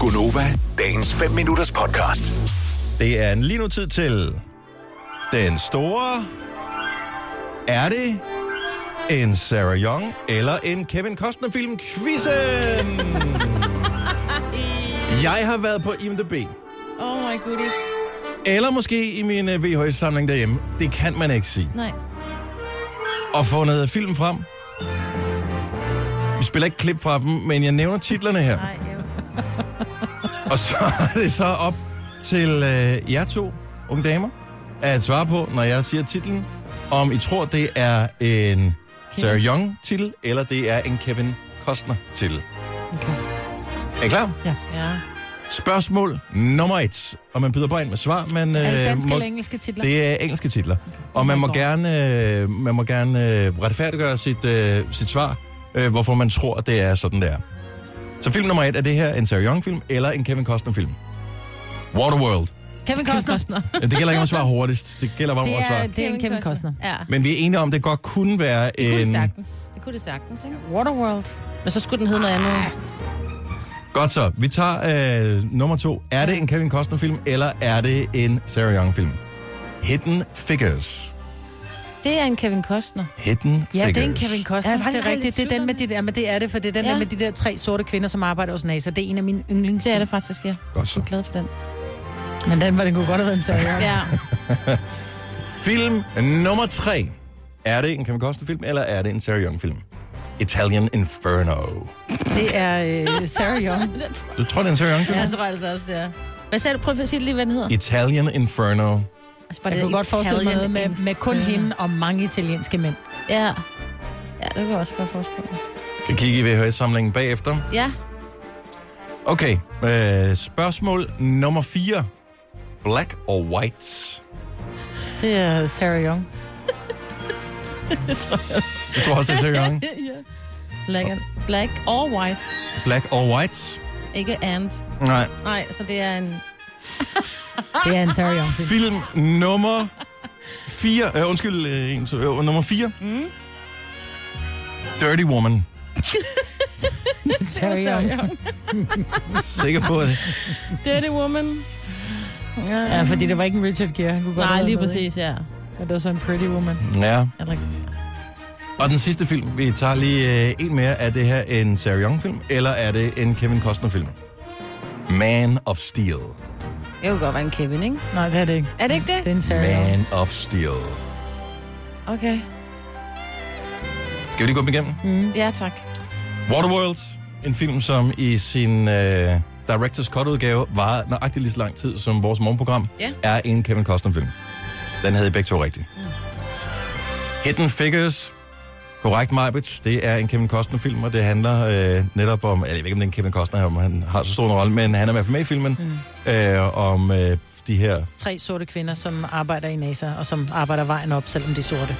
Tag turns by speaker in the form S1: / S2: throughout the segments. S1: Gunova, dagens 5 minutters podcast.
S2: Det er en lige nu tid til den store... Er det en Sarah Young eller en Kevin Costner film Quizzen? Jeg har været på IMDb,
S3: Oh my goodies.
S2: eller måske i min øh, VHS-samling derhjemme. Det kan man ikke sige.
S3: Nej.
S2: Og fundet film frem. Vi spiller ikke klip fra dem, men jeg nævner titlerne her.
S3: Nej, jo.
S2: Og så er det så op til øh, jer to, unge damer, at svare på, når jeg siger titlen, om I tror, det er en Sarah Young-titel, eller det er en Kevin Costner-titel.
S3: Okay.
S2: Er I klar?
S3: Ja. ja.
S2: Spørgsmål nummer et. Og man byder bare ind med svar. Man,
S4: Er det
S2: øh,
S4: danske
S2: må,
S4: eller engelske titler?
S2: det er engelske titler. Og man må
S3: Godt.
S2: gerne, øh, man må gerne øh, retfærdiggøre sit, øh, sit svar, øh, hvorfor man tror, at det er sådan, der. Så film nummer et, er det her en Sarah Young-film eller en Kevin Costner-film? Waterworld.
S4: Kevin Costner.
S3: Costner.
S2: Ja, Det gælder ikke om at svare hurtigst. Det gælder bare om
S4: Det
S2: at
S4: er,
S2: svare.
S4: det er en Kevin Costner.
S3: Ja.
S2: Men vi er enige om, at det godt kunne være
S3: Det kunne det
S2: en...
S3: sagtens. Det kunne det sagtens, ikke?
S4: Waterworld.
S3: Men så skulle den hedde noget andet.
S2: Godt så. Vi tager øh, nummer to. Er det en Kevin Costner-film, eller er det en Sarah Young-film? Hidden Figures.
S3: Det er en Kevin Costner.
S2: Hidden
S4: Ja,
S2: Figures.
S4: det er en Kevin Costner.
S3: Ja,
S4: Ja,
S3: jeg var
S4: det er
S3: aldrig i
S4: rigtigt. Det er
S3: tvivl om
S4: den med de der, men det er det, for det er den
S3: Ja.
S4: ja. der med de der tre sorte kvinder, som arbejder hos NASA. Det er en af mine yndlings.
S3: Det er det faktisk, ja.
S2: Godt så.
S3: Jeg er glad for den.
S4: Men den, var, den kunne godt have været en seriøs.
S3: Ja.
S2: Film nummer tre. Er det en Kevin Costner-film, eller er det en Sarah Young-film? Italian Inferno.
S4: Det er øh, Sarah Young.
S2: Du tror, det er en Sarah Young-film?
S4: Ja, jeg tror altså også, det er.
S3: Hvad sagde du? Prøv at sige lige, hvad den hedder.
S2: Italian Inferno.
S3: Altså, bare
S4: Jeg
S3: det
S4: kunne godt forestille mig noget
S3: Italian
S4: med, med kun
S3: Inferno.
S4: hende og mange italienske mænd.
S3: Ja. Ja, det kan jeg også godt forestille mig.
S2: Kan kigge i VHS-samlingen bagefter.
S3: Ja.
S2: Okay, øh, spørgsmål nummer 4. Black or White?
S4: Det er Sarah Young.
S2: Jeg tror også, det er Sarah Young.
S3: Black, and, black or white.
S2: Black or White?
S3: Ikke and.
S2: Nej.
S3: Nej, så det er en...
S4: Det er en Sarah Young.
S2: Film nummer 4. Øh, undskyld, øh, en, så, øh, nummer 4. Mm. Dirty Woman.
S4: Sarah Young.
S2: Sikker på det.
S3: Dirty woman. Ja,
S4: Ja, fordi det var ikke en Richard Gere. Det kunne godt
S3: Nej,
S4: have
S3: lige
S4: været,
S3: præcis, ja.
S4: ikke? Men det var så en pretty woman.
S2: Ja.
S3: Er der-
S2: Og den sidste film, vi tager lige øh, en mere. Er det her en Sarah Young-film, eller er det en Kevin Costner-film? Man of Steel.
S3: Det kunne godt være en Kevin, ikke?
S4: Nej, det er det ikke.
S3: Er det ikke
S4: Det er en Sarah Young.
S2: Man of Steel.
S3: Okay.
S2: Skal vi lige gå dem igennem?
S3: Ja, tak.
S2: Waterworld, en film, som i sin øh, Directors Cut-udgave var nøjagtigt lige så lang tid som vores morgenprogram,
S3: Ja.
S2: er en Kevin Costner-film. Den havde I begge to rigtigt. Mm. Hidden Figures, korrekt Marbets, det er en Kevin Costner-film, og det handler øh, netop om, eller jeg ved ikke, om det er en Kevin Costner, om han har så stor en rolle, men han er i hvert fald med i filmen, mm. øh, om øh, de her...
S4: Tre sorte kvinder, som arbejder i NASA, og som arbejder vejen op, selvom de er sorte.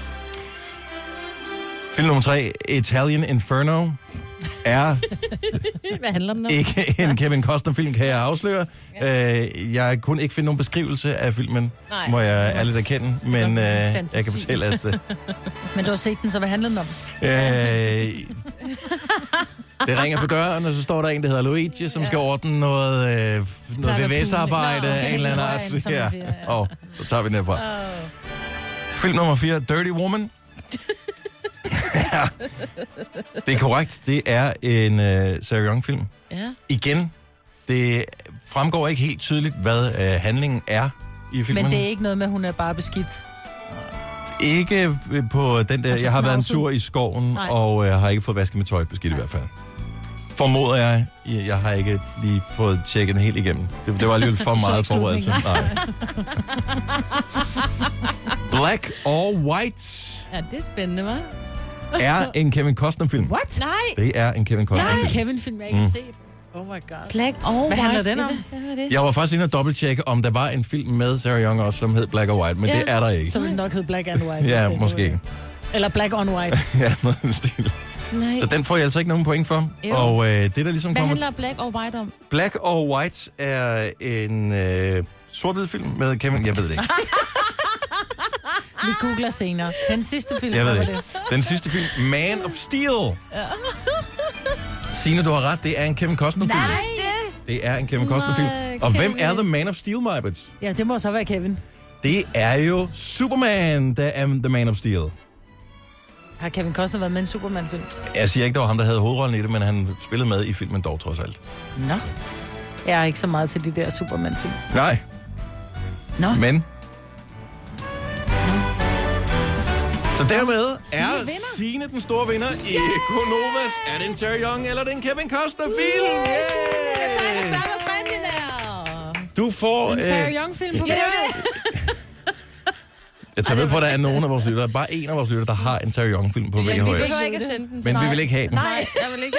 S2: Film nummer tre, Italian Inferno, er
S3: Hvad handler den om?
S2: ikke en Kevin Costner-film, kan jeg afsløre. Øh, jeg kunne ikke finde nogen beskrivelse af filmen,
S3: Nej.
S2: må jeg ærligt erkende, men øh,
S3: være
S2: jeg
S3: fantasi.
S2: kan fortælle, at øh,
S4: Men du har set den, så hvad handlede den om?
S2: øh, det ringer på døren, og så står der en, der hedder Luigi, som skal ordne noget, øh, noget VVS-arbejde
S4: Nå, skal
S2: af en eller anden
S4: hænge trøjen,
S2: art.
S4: som man
S2: Ja.
S4: siger, ja.
S2: Og så tager vi den herfra. Film nummer 4, Dirty Woman. ja. Det er korrekt. Det er en øh, Sarah Young-film.
S3: Ja.
S2: igen, det fremgår ikke helt tydeligt, hvad øh, handlingen er i filmen.
S4: Men det er ikke noget med, at hun er bare beskidt.
S2: ikke øh, på den der, altså,
S4: Altså
S2: jeg har været en
S4: snavset.
S2: tur i skoven, Nej.
S4: Nej.
S2: og øh, har ikke fået vasket mit tøj beskidt i hvert fald. Formoder jeg, jeg jeg har ikke lige fået tjekket den helt igennem. Det, det var alligevel for meget
S4: ikke
S2: forberedelse. Nej. Black or White
S3: Ja, det er spændende, hva'?
S2: er en Kevin Costner-film.
S4: What?
S3: Nej.
S2: Det er en Kevin Mm.
S4: Der er en
S2: Costner-film.
S4: Kevin-film, jeg ikke har set. Oh my god.
S3: Black or White.
S4: Hvad handler den om?
S3: Hvad var det?
S2: Jeg var faktisk inde og dobbelttjekke, om der var en film med Sarah Young også, som hed Black or White, men
S3: Ja.
S2: det er der ikke.
S4: Så vil den nok hedde Black and White.
S2: Ja,
S4: hvis det
S2: måske
S4: er
S2: ikke.
S4: noget. Eller Black on White.
S2: Ja, noget i den stil.
S3: Nej.
S2: Så den får jeg altså ikke nogen point for.
S3: Jo.
S2: Og øh, det, der ligesom
S3: Hvad
S2: kommer...
S3: handler Black or White om?
S2: Black or White er en øh, sort-hvid film med Kevin... Jeg ved det ikke.
S4: Vi googler senere. Den sidste film,
S2: Jeg ved
S4: hvad
S2: det
S4: var
S2: ikke.
S4: det?
S2: Den sidste film, Man of Steel. Signe, du har ret. Det er en Kevin Costner-film.
S3: det.
S2: Det er en Kevin Costner-film.
S3: Nej,
S2: Og hvem er
S3: Kevin.
S2: The Man of Steel, Majbets?
S4: Ja, det må så være Kevin.
S2: Det er jo Superman, der er The Man of Steel.
S4: Har Kevin Costner været med i en Superman-film?
S2: Jeg siger ikke, det var ham, der havde hovedrollen i det, men han spillede med i filmen dog trods alt.
S4: Nå. Jeg er ikke så meget til de der Superman-film.
S2: Nej,
S4: Nå,
S2: men... Så dermed er
S4: vinder.
S2: Signe den store vinder i Konovas. Er det en Terry Young, eller er det en Kevin Costner-film? Yeah!
S3: Der var fanden der.
S2: Du får... øh,
S4: en Sarah Young-film på
S3: Ja.
S4: yeah.
S2: Jeg tager ved på, at der er nogen af vores lyttere. Bare en af vores lyttere, der har en Terry Young-film på
S3: Men vi
S2: VHS.
S3: behøver ikke at sende den.
S2: Men vi vil ikke have den.
S3: Nej, jeg vil ikke.